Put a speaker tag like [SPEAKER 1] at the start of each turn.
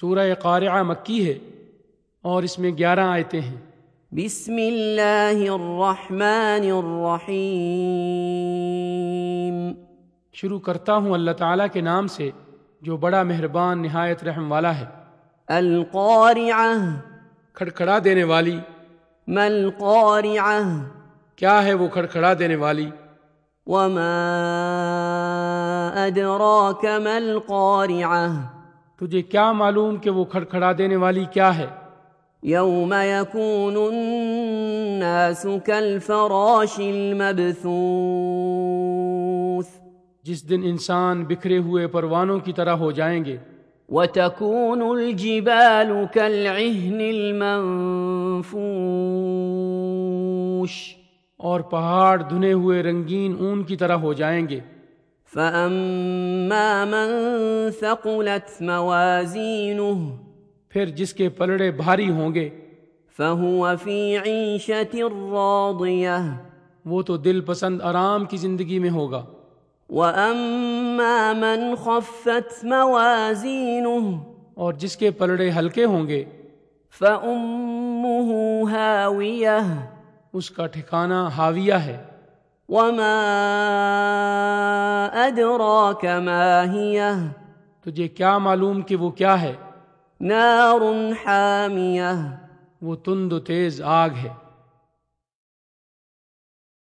[SPEAKER 1] سورہ قارعہ مکی ہے اور اس میں گیارہ آیتیں ہیں
[SPEAKER 2] بسم اللہ الرحمن الرحیم
[SPEAKER 1] شروع کرتا ہوں اللہ تعالیٰ کے نام سے جو بڑا مہربان نہایت رحم والا ہے
[SPEAKER 2] القارعہ
[SPEAKER 1] کھڑکھڑا دینے والی
[SPEAKER 2] ما القارعہ
[SPEAKER 1] کیا ہے وہ کھڑکھڑا دینے والی
[SPEAKER 2] وما ادراک ما القارعہ
[SPEAKER 1] تجھے کیا معلوم کہ وہ کھڑکھڑا دینے والی کیا ہے
[SPEAKER 2] یوم یکون الناس کالفراش المبثوث
[SPEAKER 1] جس دن انسان بکھرے ہوئے پروانوں کی طرح ہو جائیں گے
[SPEAKER 2] وتكون الجبال كالعهن المنفوش
[SPEAKER 1] اور پہاڑ دھنے ہوئے رنگین اون کی طرح ہو جائیں گے
[SPEAKER 2] فأما من ثقلت موازينه
[SPEAKER 1] پھر جس کے پلڑے بھاری ہوں گے
[SPEAKER 2] فهو في عيشة راضية
[SPEAKER 1] وہ تو دل پسند آرام کی زندگی میں ہوگا
[SPEAKER 2] وأما من خفت موازينه
[SPEAKER 1] اور جس کے پلڑے ہلکے ہوں گے
[SPEAKER 2] فأمه هاوية
[SPEAKER 1] اس کا ٹھکانہ حاویہ ہے
[SPEAKER 2] وما أدراك ما هي
[SPEAKER 1] تجھے کیا معلوم کہ وہ کیا ہے
[SPEAKER 2] نار حامية
[SPEAKER 1] وہ تند و تیز آگ ہے